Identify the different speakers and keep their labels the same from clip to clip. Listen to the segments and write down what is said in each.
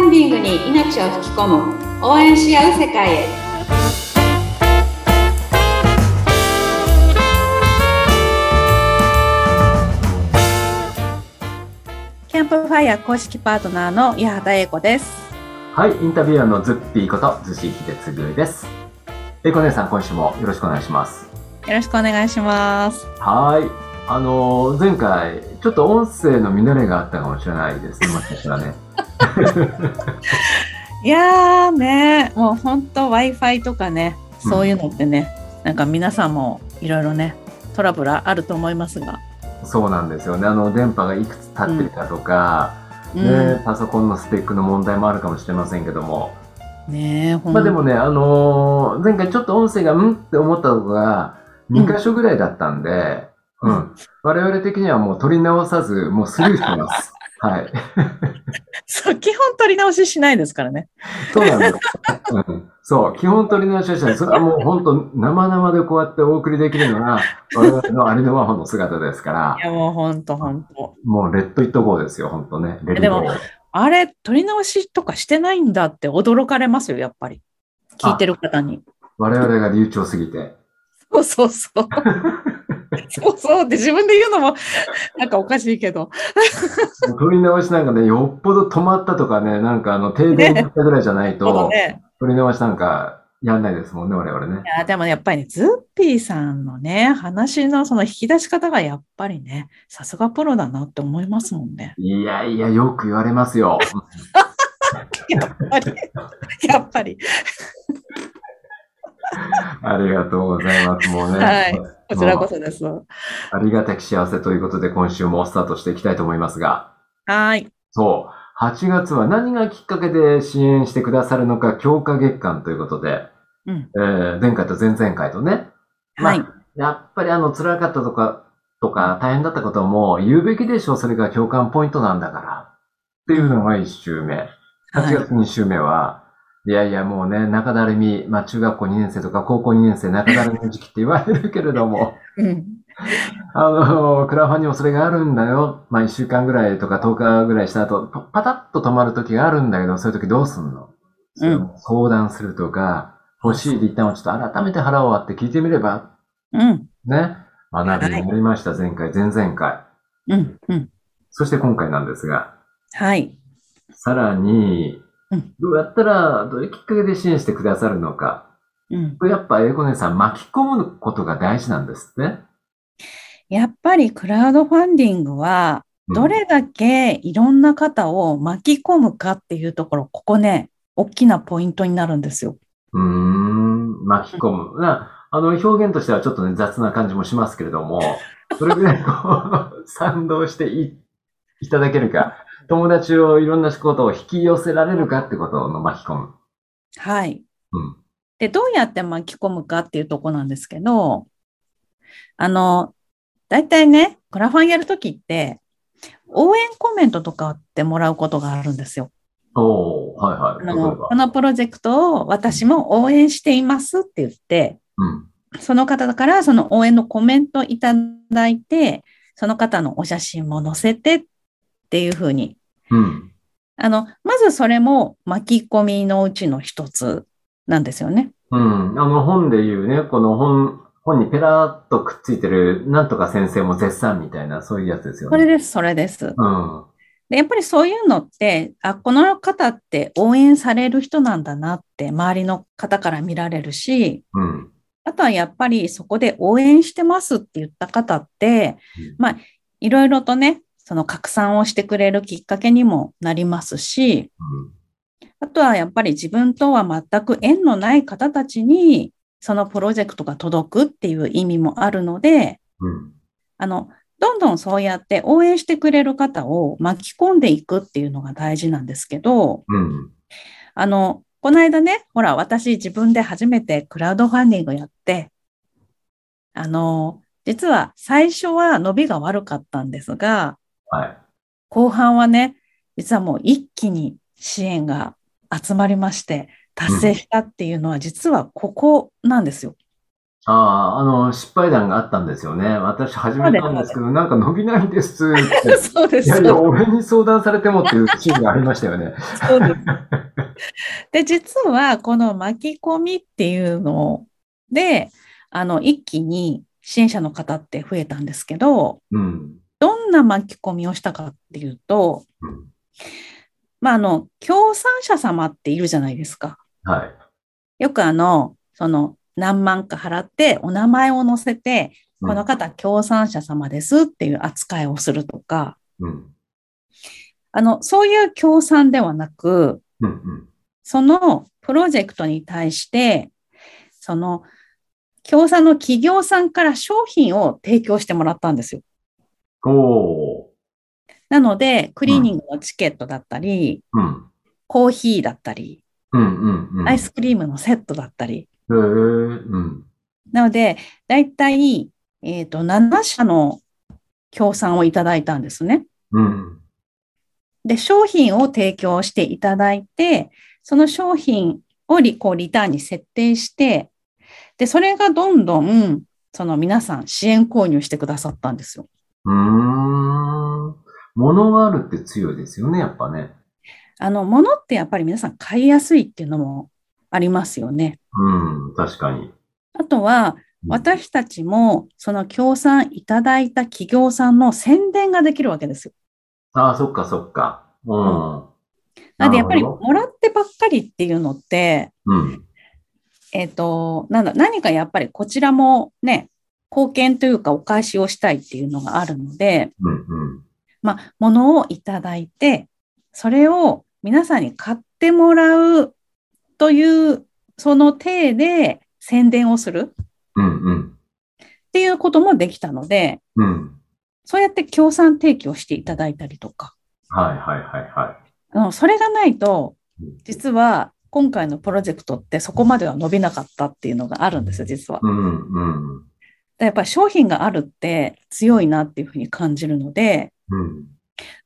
Speaker 1: に命を吹き込む応援し合う世界へ
Speaker 2: キャンプファイヤー公式パートナーの八幡英子です。
Speaker 3: はい、インタビュアーのズッピーこと、ズシヒデツグです。えいこ姉さん、今週もよろしくお願いします。
Speaker 2: よろしくお願いします。
Speaker 3: はーい。あのー前回、ちょっと音声の乱れがあったかもしれないですね、もしかしたらね。
Speaker 2: いやーね、もう本当 Wi-Fi とかね、 そういうのってね、なんか皆さんもいろいろね、トラブルあると思いますが。
Speaker 3: そうなんですよね。あの、電波がいくつ立ってるかとか、
Speaker 2: うん
Speaker 3: ね、パソコンのスペックの問題もあるかもしれませんけども。
Speaker 2: ねえ、ほん
Speaker 3: まあでもね、あのー前回ちょっと音声がうんって思ったのが、2箇所ぐらいだったんで、
Speaker 2: う
Speaker 3: うんん。我々的にはもう取り直さず、もうスルーし てます。はい。
Speaker 2: そう、基本取り直ししないですからね。
Speaker 3: そうなんです。うんそう、基本取り直しをしたら、それはもう本当生々でこうやってお送りできるのが、我々のありのままの姿ですから
Speaker 2: い、やもう本当本当。
Speaker 3: もうレッドイットゴーですよ、本当ね。レッ
Speaker 2: で
Speaker 3: ド
Speaker 2: も
Speaker 3: ゴー。
Speaker 2: あれ、取り直しとかしてないんだって驚かれますよ、やっぱり。聞いてる方に。
Speaker 3: 我々が流暢すぎて。
Speaker 2: そうそうそう。そうそうって自分で言うのもなんかおかしいけど。
Speaker 3: 取り直しなんかね、よっぽど止まったとかね、なんかあの、停電したぐらいじゃない
Speaker 2: そう
Speaker 3: と、
Speaker 2: ね。
Speaker 3: 取り直しなんかやんないですもんね、我々ね
Speaker 2: い。やでもやっぱりね、ズッピーさんのね、話のその引き出し方がやっぱりね、さすがプロだなって思いますもん ね。
Speaker 3: いやいや、よく言われますよ。
Speaker 2: やっぱり。やっぱり
Speaker 3: ありがとうございます、もうね。
Speaker 2: はいこちらこそです。は
Speaker 3: ありがたき幸せということで、今週もスタートしていきたいと思いますが。
Speaker 2: ーい。
Speaker 3: そう。8月は何がきっかけで支援してくださるのか、強化月間ということで、
Speaker 2: うん。
Speaker 3: えー前回と前々回とね、まあ
Speaker 2: はい。
Speaker 3: やっぱりあの、辛かったとか、とか、大変だったことも言うべきでしょう。それが共感ポイントなんだから。っていうのが1週目。8
Speaker 2: はい
Speaker 3: 月2週目は、い、やいや、もうね、中だるみ、まあ、中学校2年生とか高校2年生、中だるみの時期って言われるけれども、
Speaker 2: うん。
Speaker 3: あの、クラファンにもそれがあるんだよ。まあ、1週間ぐらいとか10日ぐらいした後、パパタッと止まる時があるんだけど、そういう時どうすんの、
Speaker 2: うん
Speaker 3: 相談するとか、欲しいで一旦ちょっと改めて腹を割って聞いてみれば、
Speaker 2: うん。
Speaker 3: ね、学びになりました。前回、前々回。
Speaker 2: うん。うん。
Speaker 3: そして今回なんですが、
Speaker 2: はい。
Speaker 3: さらに
Speaker 2: うん、
Speaker 3: どうやったら、どういうきっかけで支援してくださるのか。
Speaker 2: うん。
Speaker 3: やっぱ、英語姉さん、巻き込むことが大事なんですね。
Speaker 2: やっぱりクラウドファンディングは、
Speaker 3: うん
Speaker 2: どれだけいろんな方を巻き込むかっていうところ、ここね、大きなポイントになるんですよ。
Speaker 3: うーん、巻き込 む。なあの、表現としてはちょっとね、雑な感じもしますけれども、それぐらいこう、 賛同していいただけるか、友達をいろんなことを引き寄せられるかってことの巻き込む。
Speaker 2: はい。
Speaker 3: うん。
Speaker 2: で、どうやって巻き込むかっていうところなんですけど、あの、大体ね、クラファンやるときって、応援コメントとかってもらうことがあるんですよ。
Speaker 3: おー、は
Speaker 2: あ
Speaker 3: いはい。例え
Speaker 2: の
Speaker 3: ば
Speaker 2: こ。のプロジェクトを私も応援していますって言って、
Speaker 3: うん。
Speaker 2: その方からその応援のコメントいただいて、その方のお写真も載せてっていうふうに
Speaker 3: うん。
Speaker 2: あの、まずそれも巻き込みのうちの一つなんですよね。
Speaker 3: うん。あの、本で言うね、この本、本にペラーっとくっついてる、なんとか先生も絶賛みたいな、そういうやつですよ
Speaker 2: こ
Speaker 3: ね。
Speaker 2: れです、それです。
Speaker 3: うん。
Speaker 2: で、やっぱりそういうのって、あ、この方って応援される人なんだなって、周りの方から見られるし、
Speaker 3: うん。
Speaker 2: あとはやっぱりそこで応援してますって言った方って
Speaker 3: うん、
Speaker 2: まあ、いろいろとね、その拡散をしてくれるきっかけにもなりますし、あとはやっぱり自分とは全く縁のない方たちに、そのプロジェクトが届くっていう意味もあるので、
Speaker 3: うん。うん。
Speaker 2: あの、どんどんそうやって応援してくれる方を巻き込んでいくっていうのが大事なんですけど、
Speaker 3: うん。
Speaker 2: あの、この間ね、ほら、私自分で初めてクラウドファンディングやって、あの、実は最初は伸びが悪かったんですが、
Speaker 3: はい。
Speaker 2: 後半はね、実はもう一気に支援が集まりまして、達成したっていうのは、実はここなんですよ。
Speaker 3: ああ、あの、失敗談があったんですよね。私始めたんですけど、なんか伸びないんですって。
Speaker 2: そうで
Speaker 3: いやいや、俺に相談されてもっていうシーンがありましたよね。
Speaker 2: そうです。で、実はこの巻き込みっていうので、あの、一気に支援者の方って増えたんですけど、
Speaker 3: うん。
Speaker 2: どんな巻き込みをしたかっていうと、
Speaker 3: うん
Speaker 2: まあ、あの、協賛者様っているじゃないですか。
Speaker 3: はい。
Speaker 2: よくあの、その、何万か払って、お名前を載せて、
Speaker 3: うん
Speaker 2: この方、協賛者様ですっていう扱いをするとか、
Speaker 3: うん。
Speaker 2: あの、そういう協賛ではなく、
Speaker 3: うん。うん。
Speaker 2: そのプロジェクトに対して、その、協賛の企業さんから商品を提供してもらったんですよ。
Speaker 3: おー。
Speaker 2: なので、クリーニングのチケットだったり、
Speaker 3: うん。
Speaker 2: コーヒーだったり、
Speaker 3: うん。うん。うん。
Speaker 2: アイスクリームのセットだったり。
Speaker 3: へえ。うん。
Speaker 2: なので、だいたい、えっ、と、7社の協賛をいただいたんですね。
Speaker 3: うん。
Speaker 2: で、商品を提供していただいて、その商品をリこうリターンに設定して、で、それがどんどん、その皆さん支援購入してくださったんですよ。
Speaker 3: うーん。物があるって強いですよね、やっぱね。
Speaker 2: あの、物ってやっぱり皆さん買いやすいっていうのもありますよね。
Speaker 3: うん、確かに。
Speaker 2: あとは、私たちも、その協賛いただいた企業さんの宣伝ができるわけですよ。
Speaker 3: ああ、そっかそっか。うん。
Speaker 2: なので、やっぱり
Speaker 3: なるほど
Speaker 2: もらってばっかりっていうのって、
Speaker 3: うん。
Speaker 2: えっ、と、なんだ、何かやっぱりこちらもね、貢献というかお返しをしたいっていうのがあるので、
Speaker 3: うん。うん。
Speaker 2: まあ、物をいただいて、それを皆さんに買ってもらうという、その体で宣伝をするっ
Speaker 3: うん。うん。
Speaker 2: ていうこともできたので、
Speaker 3: うん。
Speaker 2: そうやって協賛提供していただいたりとか、
Speaker 3: はいはいはいは
Speaker 2: あのそれがないと
Speaker 3: うん、
Speaker 2: 実は今回のプロジェクトってそこまでは伸びなかったっていうのがあるんですよ、実は。
Speaker 3: い。うん。うん。
Speaker 2: やっぱり商品があるって強いなっていうふうに感じるので、
Speaker 3: うん。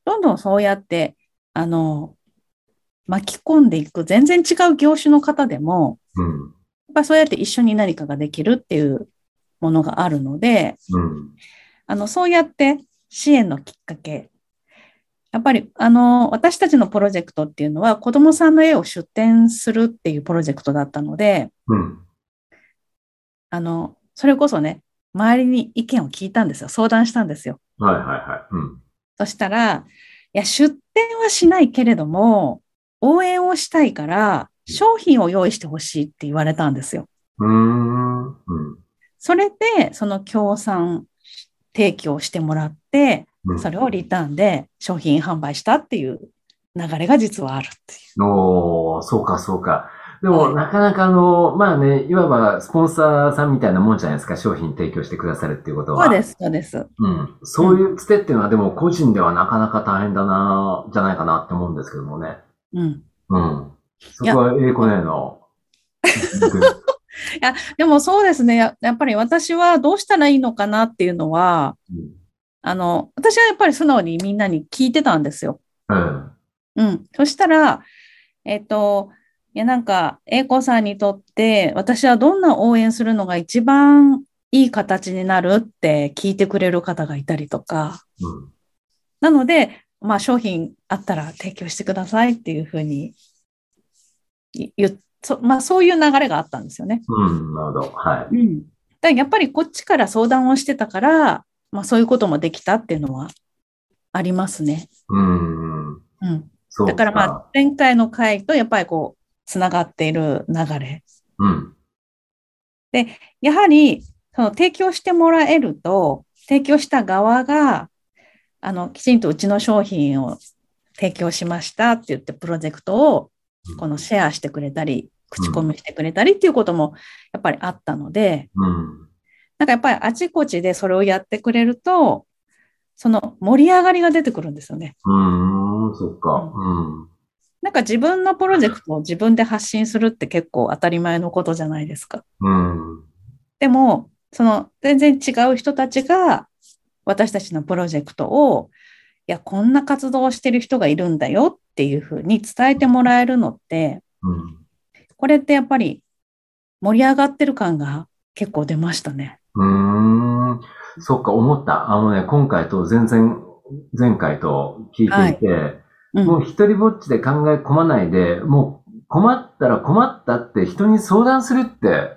Speaker 2: どんどんそうやって、あの、巻き込んでいく、全然違う業種の方でも、
Speaker 3: うん。
Speaker 2: やっぱりそうやって一緒に何かができるっていうものがあるので、
Speaker 3: うん。
Speaker 2: あの、そうやって支援のきっかけ。やっぱり、あの、私たちのプロジェクトっていうのは、子供さんの絵を出展するっていうプロジェクトだったので、
Speaker 3: うん。
Speaker 2: あの、それこそね、周りに意見を聞いたんですよ。相談したんですよ。
Speaker 3: はいはいはい。うん。
Speaker 2: そしたら、いや、出店はしないけれども、応援をしたいから、商品を用意してほしいって言われたんですよ。
Speaker 3: うーん。うん。
Speaker 2: それで、その協賛提供してもらって、
Speaker 3: うん
Speaker 2: それをリターンで商品販売したっていう流れが実はあるっていう。
Speaker 3: おー、そうかそうか。でも、
Speaker 2: はい
Speaker 3: なかなかあの、まあね、いわばスポンサーさんみたいなもんじゃないですか、商品提供してくださるっていうことは。
Speaker 2: そうです、そうです。
Speaker 3: うん。そういうつてっていうのは、でも個人ではなかなか大変だな、じゃないかなって思うんですけどもね。
Speaker 2: うん。
Speaker 3: うん。そこは英語ねえの。
Speaker 2: でもそうですね。ややっぱり私はどうしたらいいのかなっていうのは、
Speaker 3: うん
Speaker 2: あの、私はやっぱり素直にみんなに聞いてたんですよ。
Speaker 3: うん。
Speaker 2: うん。そしたら、えっと、いや、なんか、英子さんにとって、私はどんな応援するのが一番いい形になるって聞いてくれる方がいたりとか、
Speaker 3: うん。
Speaker 2: なので、まあ、商品あったら提供してくださいっていうふうにい言っそまあ、そういう流れがあったんですよね。
Speaker 3: うん。なるほど。はい。
Speaker 2: うん。だからやっぱりこっちから相談をしてたから、まあ、そういうこともできたっていうのはありますね。
Speaker 3: うん。
Speaker 2: うん。
Speaker 3: そう
Speaker 2: だからまあ、前回の回とやっぱりこう、つながっている流れ。
Speaker 3: うん。
Speaker 2: やはり、その提供してもらえると、提供した側が、あの、きちんとうちの商品を提供しましたって言って、プロジェクトを、このシェアしてくれたり、口コミしてくれたりっていうことも、やっぱりあったので、
Speaker 3: うん。
Speaker 2: なんかやっぱりあちこちでそれをやってくれると、その盛り上がりが出てくるんですよね。
Speaker 3: うん。そっか。うん。
Speaker 2: なんか自分のプロジェクトを自分で発信するって結構当たり前のことじゃないですか。
Speaker 3: うん。
Speaker 2: でも、その全然違う人たちが私たちのプロジェクトを、いや、こんな活動をしてる人がいるんだよっていうふうに伝えてもらえるのって、
Speaker 3: うん。
Speaker 2: これってやっぱり盛り上がってる感が結構出ましたね。
Speaker 3: うーん。そっか、思った。あのね、今回と全然、前回と聞いていて、
Speaker 2: うん
Speaker 3: もう一人ぼっちで考え込まないで、もう困ったら困ったって人に相談するって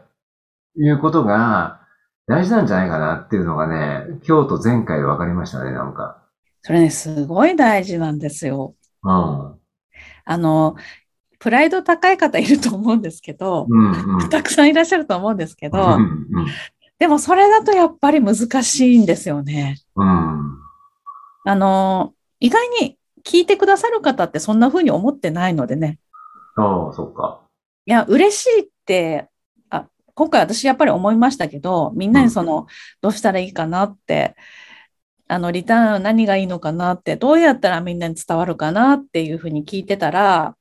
Speaker 3: いうことが大事なんじゃないかなっていうのがね、今日と前回で分かりましたね、なんか。
Speaker 2: それね、すごい大事なんですよ。
Speaker 3: うん。
Speaker 2: あの、プライド高い方いると思うんですけど、
Speaker 3: うんうん。
Speaker 2: たくさんいらっしゃると思うんですけ
Speaker 3: う
Speaker 2: ど、
Speaker 3: んうん
Speaker 2: でもそれだとやっぱり難しいんですよね。
Speaker 3: うん。
Speaker 2: あの、意外に聞いてくださる方ってそんな風に思ってないのでね。
Speaker 3: ああ、そっか。
Speaker 2: いや、嬉しいって、あ、今回私やっぱり思いましたけど、みんなにその、どうしたらいいかなって、あの、リターン何がいいのかなって、どうやったらみんなに伝わるかなっていうふうに聞いてたら、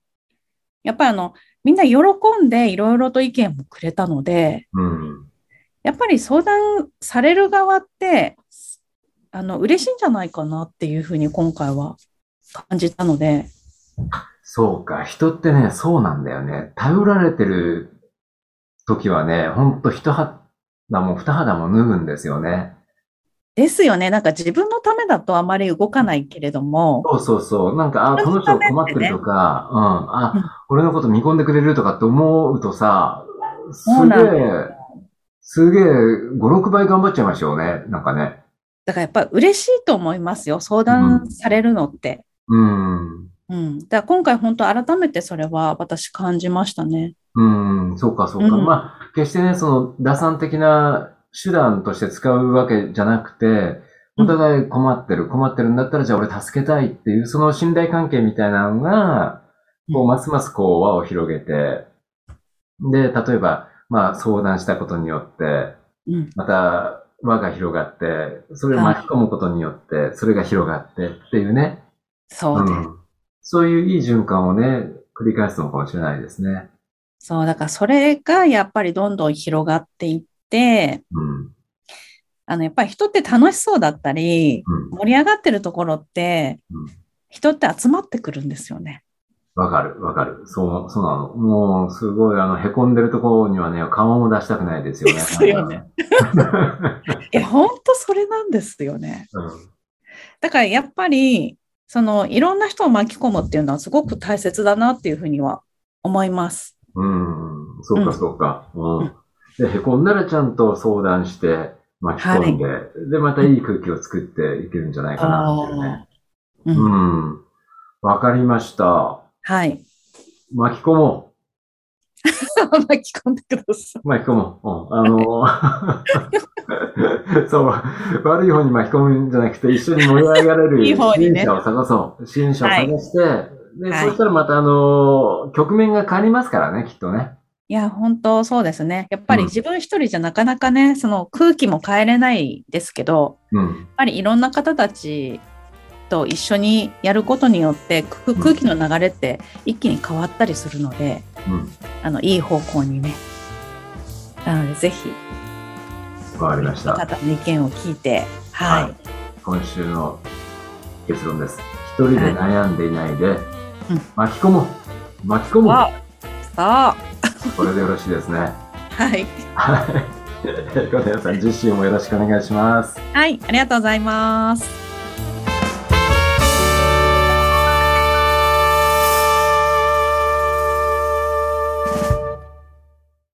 Speaker 2: やっぱりあの、みんな喜んでいろいろと意見もくれたので、
Speaker 3: うん。
Speaker 2: やっぱり相談される側って、あの、嬉しいんじゃないかなっていうふうに今回は感じたので、
Speaker 3: そうか。人ってね、そうなんだよね。頼られてる時はね、ほんと一肌も二肌も脱ぐんですよね。
Speaker 2: ですよね。なんか自分のためだとあまり動かないけれども、
Speaker 3: そうそうそう。なんか、あ、この人困ってるとか、うん、
Speaker 2: うん
Speaker 3: あ、俺のこと見込んでくれるとかって思うとさ、す
Speaker 2: そう
Speaker 3: げ
Speaker 2: なん
Speaker 3: え、すげえ、5、6倍頑張っちゃいましょうね。なんかね。
Speaker 2: だからやっぱ嬉しいと思いますよ。相談されるのって。
Speaker 3: うん。
Speaker 2: うん。だから今回本当改めてそれは私感じましたね。
Speaker 3: うん、そうか、そうか。
Speaker 2: うん
Speaker 3: まあ、決してね、その、打算的な手段として使うわけじゃなくて、お互い困ってる、困ってるんだったら、じゃあ俺助けたいっていう、その信頼関係みたいなのが、もうますますこう輪を広げて、で、例えば、まあ相談したことによって、
Speaker 2: うん。
Speaker 3: また輪が広がって、それを巻き込むことによって、それが広がってっていうね、
Speaker 2: そうです。
Speaker 3: うんそういういい循環をね、繰り返すのかもしれないですね。
Speaker 2: そう。だからそれがやっぱりどんどん広がっていって、
Speaker 3: うん。
Speaker 2: あの、やっぱり人って楽しそうだったり、
Speaker 3: うん。
Speaker 2: 盛り上がってるところって
Speaker 3: うん、
Speaker 2: 人って集まってくるんですよ ね。
Speaker 3: わかる、わかる。そう、そうなの。もう、すごい、あの、凹んでるところにはね、顔も出したくないですよね。
Speaker 2: ですよね。いや、本当それなんですよね。
Speaker 3: うん。
Speaker 2: だからやっぱり、そのいろんな人を巻き込むっていうのはすごく大切だなっていうふうには思います。
Speaker 3: うん、そう
Speaker 2: う
Speaker 3: か、
Speaker 2: ん
Speaker 3: そうか。う。
Speaker 2: うん
Speaker 3: で、へこんだらちゃんと相談して、巻き込んで、で、またいい空気を作っていけるんじゃないかなっていうね。
Speaker 2: う、
Speaker 3: うんん。わかりました。
Speaker 2: はい。
Speaker 3: 巻き込も
Speaker 2: 巻き込んでくださ
Speaker 3: う。巻き込もう。うん、あのー そう、悪い方に巻き込むんじゃなくて、一緒に盛り上がれる
Speaker 2: いい方
Speaker 3: 支
Speaker 2: に
Speaker 3: 援
Speaker 2: ね
Speaker 3: 者を探そう。支援者を探して、で、
Speaker 2: はい
Speaker 3: そしたらまた、あのー局面が変わりますからね、きっとね。
Speaker 2: い。いや、本当そうですね。やっぱり
Speaker 3: うん
Speaker 2: 自分一人じゃなかなかね、その空気も変えれないですけど、
Speaker 3: うん
Speaker 2: や。っぱりいろんな方たちと一緒にやることによって、く空気の流れって一気に変わったりするので、
Speaker 3: う
Speaker 2: あの、いい方向にね。なので、ぜひ、
Speaker 3: ん。わかりまし
Speaker 2: 方
Speaker 3: た。
Speaker 2: の意見を聞いて、
Speaker 3: は
Speaker 2: はい
Speaker 3: い。今週の結論です。一人で悩んでいないで、巻き込もう。巻き込も
Speaker 2: わさあ、
Speaker 3: う。これでよろしいですね。
Speaker 2: はい。
Speaker 3: はい。小田さん、実習もよろしくお願いします。
Speaker 2: はい、ありがとうございます。